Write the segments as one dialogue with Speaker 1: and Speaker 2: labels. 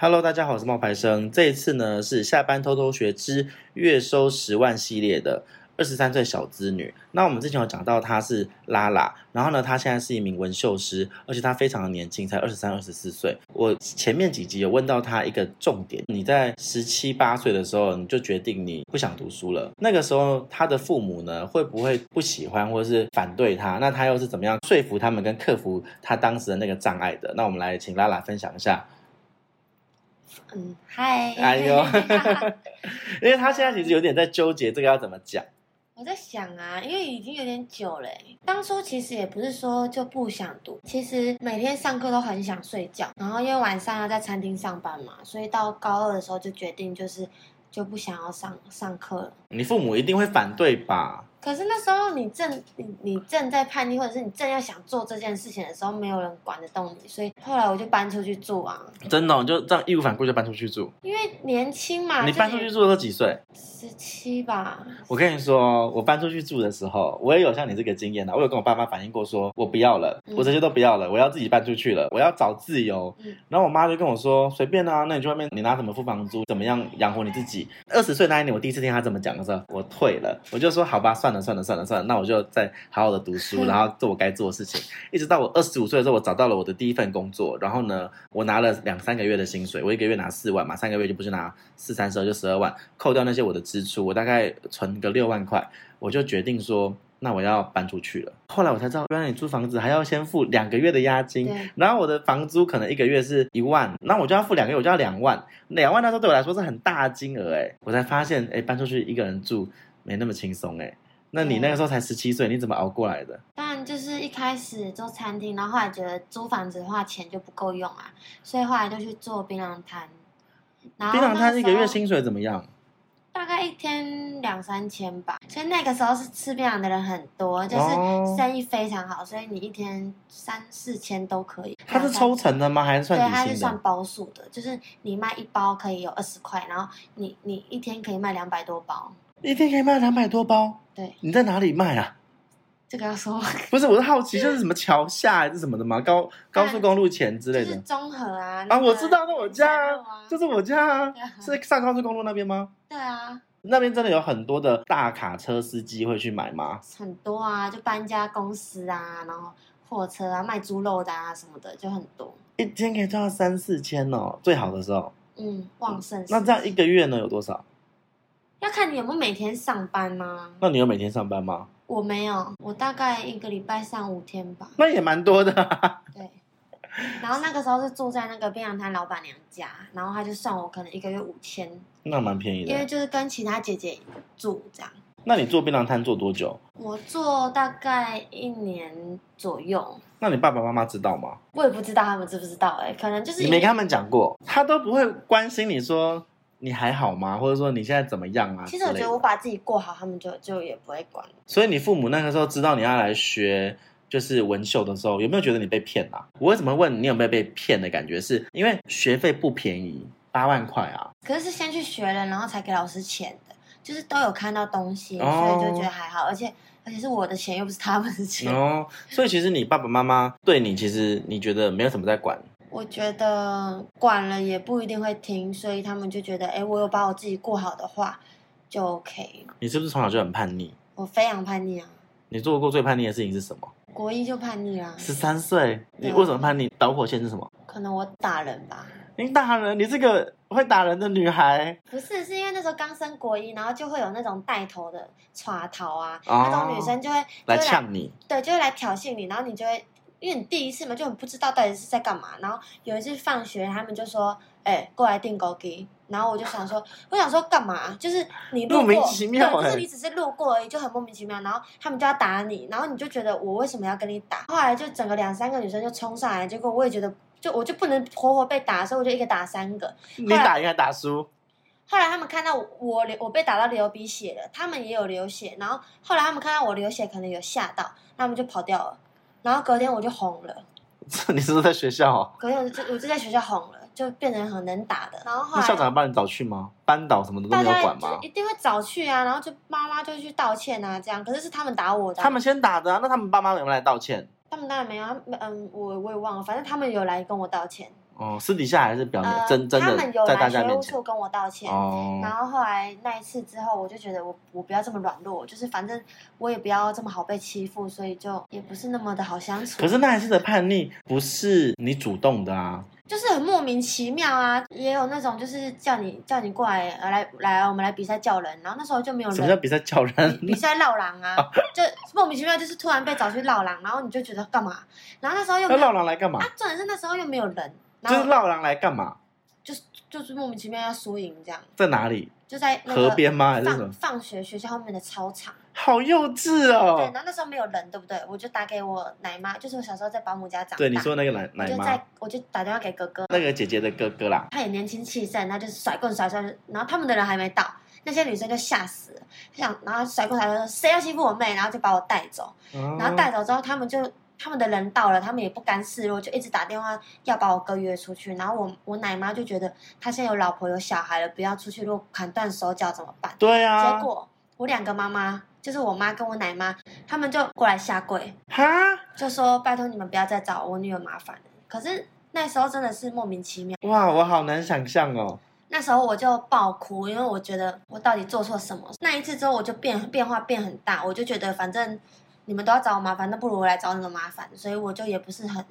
Speaker 1: Hello，大家好，我是冒牌生。这一次呢是下班偷偷学之月收十万系列的二十三岁小资女。那我们之前有讲到她是拉拉，然后呢，她现在是一名纹绣师，而且她非常的年轻，才二十三、二十四岁。我前面几集有问到她一个重点，你在十七八岁的时候你就决定你不想读书了，那个时候她的父母呢会不会不喜欢或是反对她？那她又是怎么样说服他们跟克服她当时的那个障碍的？那我们来请拉拉分享一下。
Speaker 2: 嗯，嗨，
Speaker 1: 哎呦，因为他现在其实有点在纠结这个要怎么讲，
Speaker 2: 我在想啊，因为已经有点久了欸、当初其实也不是说就不想读，其实每天上课都很想睡觉，然后因为晚上要在餐厅上班嘛，所以到高二的时候就决定就是就不想要上上课了。
Speaker 1: 你父母一定会反对吧？
Speaker 2: 可是那时候你正你你正在叛逆，或者是你正要想做这件事情的时候，没有人管得动你，所以后来我就搬出去住啊，
Speaker 1: 真的哦、你就这样义无反顾就搬出去住。
Speaker 2: 因为年轻嘛，
Speaker 1: 你搬出去住的时候几岁？
Speaker 2: 十七吧，
Speaker 1: 我跟你说，我搬出去住的时候，我也有像你这个经验啊的，我有跟我爸妈反映过说，我不要了，
Speaker 2: 嗯
Speaker 1: 我这些都不要了，我要自己搬出去了，我要找自由。
Speaker 2: 嗯
Speaker 1: 然后我妈就跟我说，随便啊，那你去外面，你拿什么付房租，怎么样养活你自己？二十岁那一年，我第一次听她这么讲的时候，我退了，我就说好吧，算了算了算了算了，那我就再好好的读书，
Speaker 2: 嗯
Speaker 1: 然后做我该做的事情。一直到我二十五岁的时候，我找到了我的第一份工作，然后呢，我拿了两三个月的薪水，我一个月拿四万嘛，三个月就不是拿四三十二就十二万，扣掉那些我的支出，我大概存个六万块，我就决定说，那我要搬出去了。后来我才知道，原来你租房子还要先付两个月的押金
Speaker 2: 对，
Speaker 1: 然后我的房租可能一个月是一万，那我就要付两个月，我就要两万，两万那时候对我来说是很大的金额哎，我才发现哎，搬出去一个人住没那么轻松哎。那你那个时候才十七岁，你怎么熬过来的？
Speaker 2: 当然，就是一开始做餐厅，然后后来觉得租房子的话钱就不够用啊，所以后来就去做槟榔摊。然后
Speaker 1: 槟榔
Speaker 2: 啊那
Speaker 1: 摊
Speaker 2: 时
Speaker 1: 哦一个月
Speaker 2: 候
Speaker 1: 薪水怎么样？
Speaker 2: 大概一天两三千吧，所以那个时候是吃槟榔的人很多，就是
Speaker 1: 哦
Speaker 2: 生意非常好，所以你一天三四千都可以。
Speaker 1: 它是
Speaker 2: 两三
Speaker 1: 抽成的吗？还是
Speaker 2: 对，
Speaker 1: 算
Speaker 2: 它
Speaker 1: 底
Speaker 2: 是
Speaker 1: 薪
Speaker 2: 算
Speaker 1: 的？
Speaker 2: 包数的，就是你卖一包可以有二十块，然后你你一天可以卖两百多包。
Speaker 1: 一天可以卖两百多包，
Speaker 2: 对，
Speaker 1: 你在哪里卖啊？
Speaker 2: 这个要说
Speaker 1: 不是，我是好奇，就是什么桥下还是什么的吗？高高速公路前之
Speaker 2: 嗯就
Speaker 1: 类
Speaker 2: 是
Speaker 1: 的
Speaker 2: 综合啊。那
Speaker 1: 啊？
Speaker 2: 个
Speaker 1: 我知道，那我家
Speaker 2: 山路
Speaker 1: 啊
Speaker 2: 啊，
Speaker 1: 就是我家啊
Speaker 2: 对啊，
Speaker 1: 是上高速公路那边吗？
Speaker 2: 对啊。
Speaker 1: 那边真的有很多的大卡车司机会去买吗？
Speaker 2: 很多啊，就搬家公司啊，然后货车啊，卖猪肉的啊什么的，就很多。
Speaker 1: 一天可以赚到三四千哦，最好的时候。
Speaker 2: 嗯，旺盛时期。
Speaker 1: 那这样一个月呢有多少？
Speaker 2: 要看你有没有每天上班呢、
Speaker 1: 那你有每天上班吗？
Speaker 2: 我没有，我大概一个礼拜上五天吧。
Speaker 1: 那也蛮多的啊、
Speaker 2: 对。然后那个时候是住在那个槟榔摊老板娘家，然后他就算我可能一个月五千，
Speaker 1: 那蛮便宜
Speaker 2: 因为
Speaker 1: 的。
Speaker 2: 就是跟其他姐姐住这样。
Speaker 1: 那你做槟榔摊做多久？
Speaker 2: 我做大概一年左右，
Speaker 1: 那你爸爸妈妈知道吗？
Speaker 2: 我也不知道他们知不知道哎、可能就是
Speaker 1: 你没跟他们讲过，他都不会关心你说你还好吗，或者说你现在怎么样啊之
Speaker 2: 其
Speaker 1: 类
Speaker 2: 实
Speaker 1: 的。
Speaker 2: 我觉得我把自己过好，他们就就也不会管。
Speaker 1: 所以你父母那个时候知道你要来学就是纹绣的时候，有没有觉得你被骗啊？我为什么问你有没有被骗的感觉是，因为学费不便宜，八万块啊。
Speaker 2: 可是是先去学了，然后才给老师钱的，就是都有看到东西，
Speaker 1: 哦
Speaker 2: 所以就觉得还好，而且而且是我的钱，又不是他们的钱。
Speaker 1: 哦，所以其实你爸爸妈妈对你，其实你觉得没有什么在管，
Speaker 2: 我觉得管了也不一定会听，所以他们就觉得，哎，我有把我自己过好的话，就 OK。
Speaker 1: 你是不是从小就很叛逆？
Speaker 2: 我非常叛逆啊，
Speaker 1: 你做过最叛逆的事情是什么？
Speaker 2: 国一就叛逆啦、
Speaker 1: 十三岁，你
Speaker 2: 对啊
Speaker 1: 为什么叛逆？导火线是什么？
Speaker 2: 可能我打人吧。
Speaker 1: 你打人，你这个会打人的女孩，
Speaker 2: 不是，是因为那时候刚升国一，然后就会有那种带头的耍头啊，
Speaker 1: 哦
Speaker 2: 那种女生就会就会
Speaker 1: 来呛你。
Speaker 2: 对，啊就会来挑衅你，然后你就会，因为你第一次嘛，就很不知道到底是在干嘛。然后有一次放学，他们就说：“哎、过来订狗给。”然后我就想说，我想说干嘛？啊就是你路过，
Speaker 1: 莫名其妙
Speaker 2: 对，就
Speaker 1: 哎
Speaker 2: 是你只是路过而已，就很莫名其妙。然后他们就要打你，然后你就觉得我为什么要跟你打？后来就整个两三个女生就冲上来，结果我也觉得，就我就不能活活被打，所以我就一个打三个。
Speaker 1: 你打赢还打输？
Speaker 2: 后来他们看到我流，我被打到流鼻血了，他们也有流血，然后后来他们看到我流血，可能有吓到，那他们就跑掉了。然后隔天我就红了，
Speaker 1: 这你是不是在学校、哦？
Speaker 2: 隔天我就我就在学校红了，就变成很能打的。然后后
Speaker 1: 那
Speaker 2: 来
Speaker 1: 校长有帮你找去吗？班导什么的都
Speaker 2: 大
Speaker 1: 没有
Speaker 2: 家
Speaker 1: 管
Speaker 2: 就是
Speaker 1: 吗？
Speaker 2: 一定会早去啊，然后就妈妈就去道歉啊，这样。可是是他们打我的啊、
Speaker 1: 他们先打的、啊，那他们爸妈有没有来道歉？
Speaker 2: 他们当然没有，他们嗯，我我也忘了，反正他们有来跟我道歉。
Speaker 1: 哦，私底下还是表面、
Speaker 2: 呃，
Speaker 1: 真真
Speaker 2: 他
Speaker 1: 的
Speaker 2: 们有
Speaker 1: 在
Speaker 2: 来
Speaker 1: 大家
Speaker 2: 学
Speaker 1: 面
Speaker 2: 务
Speaker 1: 前
Speaker 2: 处跟我道歉。
Speaker 1: 哦，
Speaker 2: 然后后来那一次之后，我就觉得我我不要这么软弱，就是反正我也不要这么好被欺负，所以就也不是那么的好相处。
Speaker 1: 可是那一次的叛逆不是你主动的啊，
Speaker 2: 就是很莫名其妙啊，也有那种就是叫你叫你过来，呃来来啊，我们来比赛叫人，然后那时候就没有
Speaker 1: 什么叫
Speaker 2: 人。
Speaker 1: 比赛叫 人？
Speaker 2: 比赛绕 狼啊，就莫名其妙，就是突然被找去绕狼，然后你就觉得干嘛？然后那时候又
Speaker 1: 那
Speaker 2: 没有
Speaker 1: 绕
Speaker 2: 啊，
Speaker 1: 狼来干嘛？
Speaker 2: 重点是那时候又没有人，
Speaker 1: 就
Speaker 2: 然
Speaker 1: 是
Speaker 2: 后
Speaker 1: 绕狼来干嘛？
Speaker 2: 就是就是莫名其妙要输赢这样，
Speaker 1: 在哪里？
Speaker 2: 就在那个
Speaker 1: 河边吗？还是什
Speaker 2: 放
Speaker 1: 么？
Speaker 2: 放学学校后面的操场。
Speaker 1: 好幼稚
Speaker 2: 对，
Speaker 1: 哦
Speaker 2: 然！后那时候没有人，对不对？我就打给我奶妈，就是我小时候在保姆家长大。
Speaker 1: 对，你说那个奶
Speaker 2: 我
Speaker 1: 奶
Speaker 2: 就
Speaker 1: 妈
Speaker 2: 在，我就打电话给哥哥，
Speaker 1: 那个姐姐的哥哥啦，
Speaker 2: 他也年轻气盛，他就是甩棍甩甩，然后他们的人还没到，那些女生就吓死了，就想然后甩棍甩甩说谁要欺负我妹，然后就把我带走，然
Speaker 1: 然
Speaker 2: 后带走之后他们就。他们的人到了，他们也不甘示弱，就一直打电话要把我哥约出去。然后我我奶妈就觉得他现在有老婆有小孩了，不要出去，如果砍断手脚怎么办？
Speaker 1: 对啊
Speaker 2: 结，果我两个妈妈，就是我妈跟我奶妈，他们就过来下跪，
Speaker 1: 哈，
Speaker 2: 就说拜托你们不要再找我女儿麻烦了。可是那时候真的是莫名其妙，
Speaker 1: 哇，我好难想象哦。
Speaker 2: 那时候我就爆哭，因为我觉得我到底做错什么？那一次之后我就变变化变很大，我就觉得反正你们都要找我麻烦，那不如我来找你们麻烦，所以我就也不是很，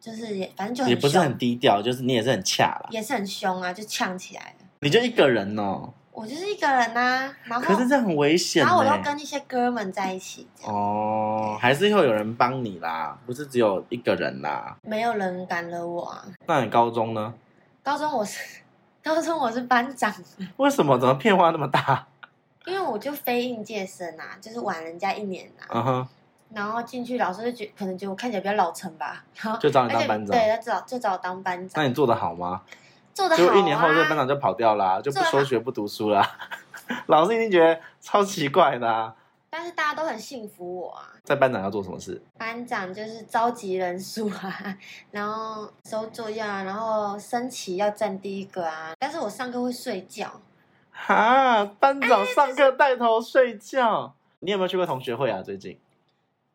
Speaker 2: 就是也反正就很
Speaker 1: 也
Speaker 2: 凶，
Speaker 1: 不是很低调，就是你也是很恰啦，
Speaker 2: 也是很凶啊，就呛起来了。
Speaker 1: 你就一个人哦。
Speaker 2: 我就是一个人呐、然后
Speaker 1: 可是这样很危险
Speaker 2: 然后我
Speaker 1: 呢
Speaker 2: 又。跟一些哥们在一起，这样、
Speaker 1: 哦，还是会有人帮你啦，不是只有一个人啦。
Speaker 2: 没有人敢惹我啊。
Speaker 1: 那你高中呢？
Speaker 2: 高中我是 高中我是班长，
Speaker 1: 为什么怎么变化那么大？
Speaker 2: 因为我就非应届生啊，就是晚人家一年啊。
Speaker 1: 嗯哼，
Speaker 2: 然后进去老师就觉可能觉得我看起来比较老成吧，然后
Speaker 1: 就找你
Speaker 2: 而
Speaker 1: 当
Speaker 2: 且
Speaker 1: 班长
Speaker 2: 对，。他找就找我当班
Speaker 1: 那
Speaker 2: 长，
Speaker 1: 你做的好吗？
Speaker 2: 做的好
Speaker 1: 结
Speaker 2: 啊。
Speaker 1: 果一年后，这个班长就跑掉啦、就不
Speaker 2: 做得好
Speaker 1: 休学不读书啦、 老师一定觉得超奇怪的、啊。
Speaker 2: 但是大家都很信服我啊。
Speaker 1: 在班长要做什么事？
Speaker 2: 班长就是召集人数啊，然后收作业啊，然后升旗要站第一个啊。但是我上课会睡觉，
Speaker 1: 哈，班长
Speaker 2: 哎
Speaker 1: 上课带头睡觉。你有没有去过同学会啊？最近？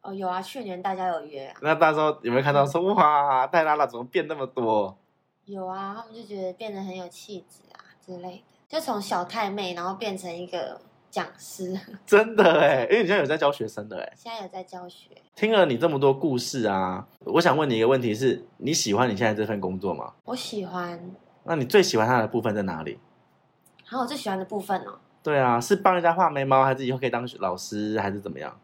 Speaker 2: 哦有啊，去年大家有约啊，
Speaker 1: 那到时候有没有看到说哇，戴拉拉怎么变那么多？
Speaker 2: 有啊，他们就觉得变得很有气质啊之类的，就从小太妹然后变成一个讲师。
Speaker 1: 真的哎，因为你现在有在教学生的哎。
Speaker 2: 现在有在教学，
Speaker 1: 听了你这么多故事啊，我想问你一个问题是：你喜欢你现在这份工作吗？
Speaker 2: 我喜欢。
Speaker 1: 那你最喜欢它的部分在哪里？
Speaker 2: 然后我最喜欢的部分哦，
Speaker 1: 对啊，是帮人家画眉毛，还是以后可以当老师，还是怎么样？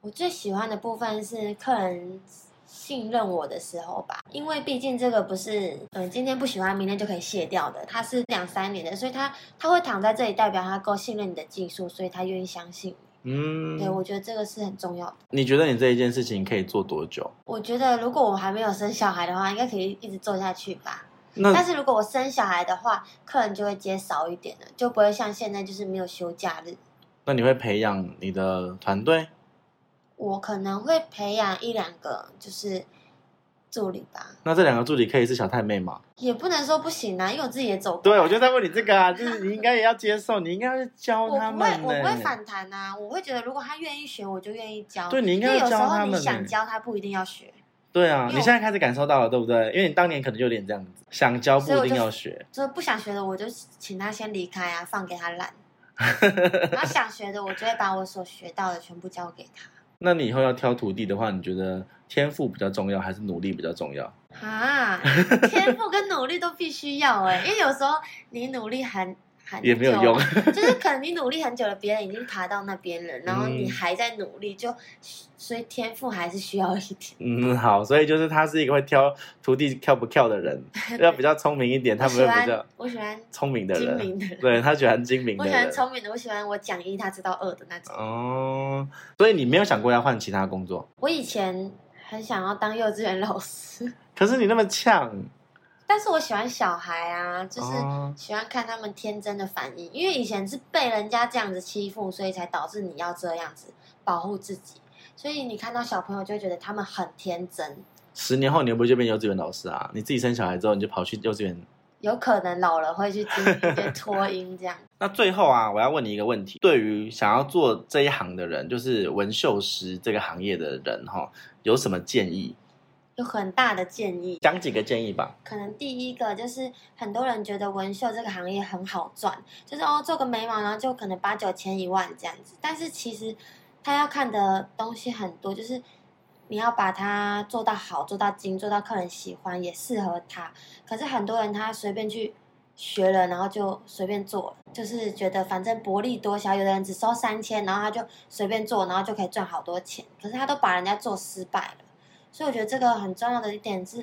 Speaker 2: 我最喜欢的部分是客人信任我的时候吧，因为毕竟这个不是嗯、呃今天不喜欢明天就可以卸掉的，他是两三年的，所以他他会躺在这里，代表他够信任你的技术，所以他愿意相信你。
Speaker 1: 嗯，
Speaker 2: 对，我觉得这个是很重要的。
Speaker 1: 你觉得你这一件事情可以做多久？
Speaker 2: 我觉得如果我还没有生小孩的话，应该可以一直做下去吧。但
Speaker 1: 那
Speaker 2: 是如果我生小孩的话，客人就会接少一点了，就不会像现在就是没有休假日。
Speaker 1: 那你会培养你的团队？
Speaker 2: 我可能会培养一两个就是助理吧，
Speaker 1: 那这两个助理可以是小太妹吗？
Speaker 2: 也不能说不行啊，因为我自己也走过。
Speaker 1: 对，我就在问你这个啊，就是你应该也要接受，你应该要去教
Speaker 2: 我
Speaker 1: 他
Speaker 2: 不
Speaker 1: 们、
Speaker 2: 会
Speaker 1: 欸。，
Speaker 2: 我不会反弹啊，我会觉得如果他愿意学，我就愿意教。
Speaker 1: 对你应
Speaker 2: 因
Speaker 1: 该
Speaker 2: 为
Speaker 1: 要
Speaker 2: 有时
Speaker 1: 教
Speaker 2: 候
Speaker 1: 他
Speaker 2: 你
Speaker 1: 们、
Speaker 2: 想
Speaker 1: 欸。
Speaker 2: 教他不一定要学，
Speaker 1: 对啊，
Speaker 2: 因
Speaker 1: 你
Speaker 2: 为我
Speaker 1: 现在开始感受到了，对不对？因为你当年可能就有点这样子，想教不一定要学。
Speaker 2: 就是不想学的我就请他先离开啊，放给他 懒。然后想学的，我就会把我所学到的全部交给他。
Speaker 1: 那你以后要挑徒弟的话，你觉得天赋比较重要，还是努力比较重要？
Speaker 2: 啊，天赋跟努力都必须要哎、因为有时候你努力很 很
Speaker 1: 也没有
Speaker 2: 久
Speaker 1: 用，
Speaker 2: 就是可能你努力很久了，别人已经爬到那边了，然后你
Speaker 1: 嗯
Speaker 2: 还在努力，就所以天赋还是需要一点。
Speaker 1: 嗯，好，所以就是他是一个会挑徒弟跳不跳的 人，要比较聪明一点，他
Speaker 2: 我
Speaker 1: 们
Speaker 2: 喜
Speaker 1: 会比
Speaker 2: 欢
Speaker 1: 较
Speaker 2: 我喜欢
Speaker 1: 聪明的
Speaker 2: 精
Speaker 1: 人。
Speaker 2: 明的人，
Speaker 1: 对他喜欢精明
Speaker 2: 我
Speaker 1: 的
Speaker 2: 喜欢
Speaker 1: 人。
Speaker 2: 聪明的，我喜欢我讲一他知道二的那种。
Speaker 1: 哦，所以你没有想过要换其他工作，
Speaker 2: 我以前很想要当幼稚园老师，
Speaker 1: 可是你那么呛，
Speaker 2: 但是我喜欢小孩啊，就是
Speaker 1: 哦
Speaker 2: 喜欢看他们天真的反应，因为以前是被人家这样子欺负，所以才导致你要这样子保护自己。所以你看到小朋友就会觉得他们很天真，
Speaker 1: 十年后你会不会就变幼稚园老师啊？你自己生小孩之后，你就跑去幼稚园。
Speaker 2: 有可能老了会去经历一 些 脱音这样。
Speaker 1: 那最后啊，我要问你一个问题：对于想要做这一行的人，就是纹绣师这个行业的人哈，有什么建议？
Speaker 2: 有很大的建议。
Speaker 1: 讲几个建议吧。
Speaker 2: 可能第一个就是很多人觉得纹绣这个行业很好赚，就是哦做个眉毛，然后就可能八九千一万这样子。但是其实他要看的东西很多，就是你要把它做到好，做到精，做到客人喜欢，也适合他。可是很多人他随便去学了，然后就随便做了，就是觉得反正薄利多销。有的人只收三千，然后他就随便做，然后就可以赚好多钱。可是他都把人家做失败了。所以我觉得这个很重要的一点是，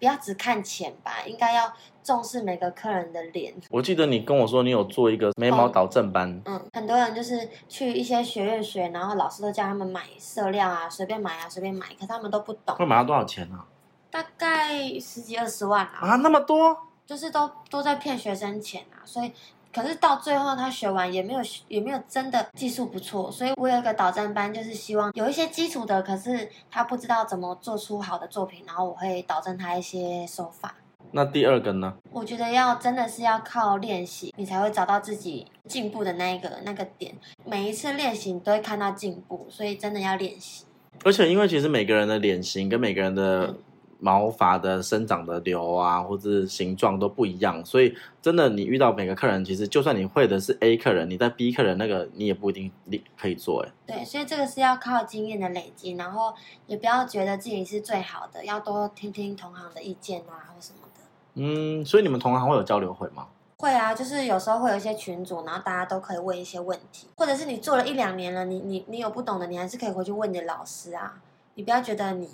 Speaker 2: 不要只看钱吧，应该要重视每个客人的脸。
Speaker 1: 我记得你跟我说你有做一个眉毛导正班，
Speaker 2: 嗯，很多人就是去一些学院学，然后老师都叫他们买色料啊，随便买啊，随便买，可是他们都不懂，
Speaker 1: 会买到多少钱啊？
Speaker 2: 大概十几二十万啊，
Speaker 1: 啊，那么多？
Speaker 2: 就是都都在骗学生钱啊，所以。可是到最后，他学完也没有学也没有真的技术不错，所以我有一个导战班，就是希望有一些基础的，可是他不知道怎么做出好的作品，然后我会导正他一些手法。
Speaker 1: 那第二个呢？
Speaker 2: 我觉得要真的是要靠练习，你才会找到自己进步的那一个那个点。每一次练习，你都会看到进步，所以真的要练习。
Speaker 1: 而且因为其实每个人的脸型跟每个人的
Speaker 2: 嗯
Speaker 1: 毛发的生长的流啊，或者是形状都不一样，所以真的你遇到每个客人，其实就算你会的是 A 客人，你在 B 客人那个你也不一定立可以做、欸。
Speaker 2: 对，所以这个是要靠经验的累积，然后也不要觉得自己是最好的，要多听听同行的意见啊，或什么的。
Speaker 1: 嗯，所以你们同行会有交流会吗？
Speaker 2: 会啊，就是有时候会有一些群组，然后大家都可以问一些问题，或者是你做了一两年了，你你你有不懂的，你还是可以回去问你的老师啊。你不要觉得你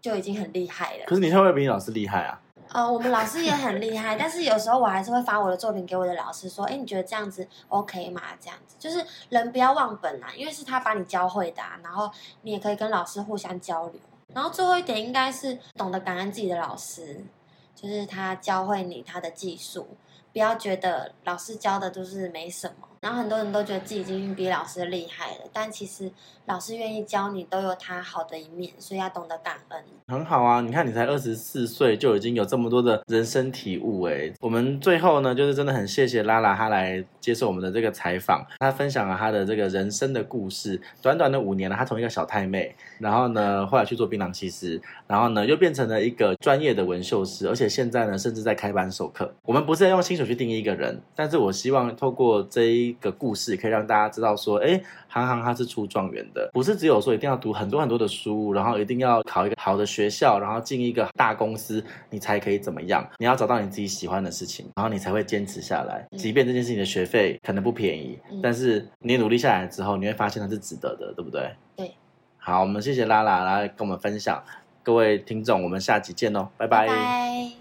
Speaker 2: 就已经很厉害了
Speaker 1: 可。是你会不会比你老师厉害啊？
Speaker 2: 呃，我们老师也很厉害，但是有时候我还是会发我的作品给我的老师说，哎，你觉得这样子 OK 吗？这样子就是人不要忘本啊，因为是他把你教会的、啊，然后你也可以跟老师互相交流。然后最后一点应该是懂得感恩自己的老师，就是他教会你他的技术，不要觉得老师教的都是没什么。然后很多人都觉得自己已经比老师厉害了，但其实老师愿意教你都有他好的一面，所以要懂得感恩。
Speaker 1: 很好啊，你看你才二十四岁就已经有这么多的人生体悟哎。我们最后呢，就是真的很谢谢拉拉她来接受我们的这个采访，她分享了她的这个人生的故事。短短的五年呢，她从一个小太妹，然后呢后来去做槟榔西施，然后呢又变成了一个专业的纹绣师，而且现在呢甚至在开班授课。我们不是要用薪水去定义一个人，但是我希望透过这一个故事，可以让大家知道说，哎，行行它是出状元的，不是只有说一定要读很多很多的书，然后一定要考一个好的学校，然后进一个大公司，你才可以怎么样？你要找到你自己喜欢的事情，然后你才会坚持下来。
Speaker 2: 嗯
Speaker 1: 即便这件事情的学费可能不便宜，
Speaker 2: 嗯
Speaker 1: 但是你努力下来之后，你会发现它是值得的，对不对？
Speaker 2: 对。
Speaker 1: 好，我们谢谢拉拉来跟我们分享，各位听众，我们下集见喽，拜
Speaker 2: 拜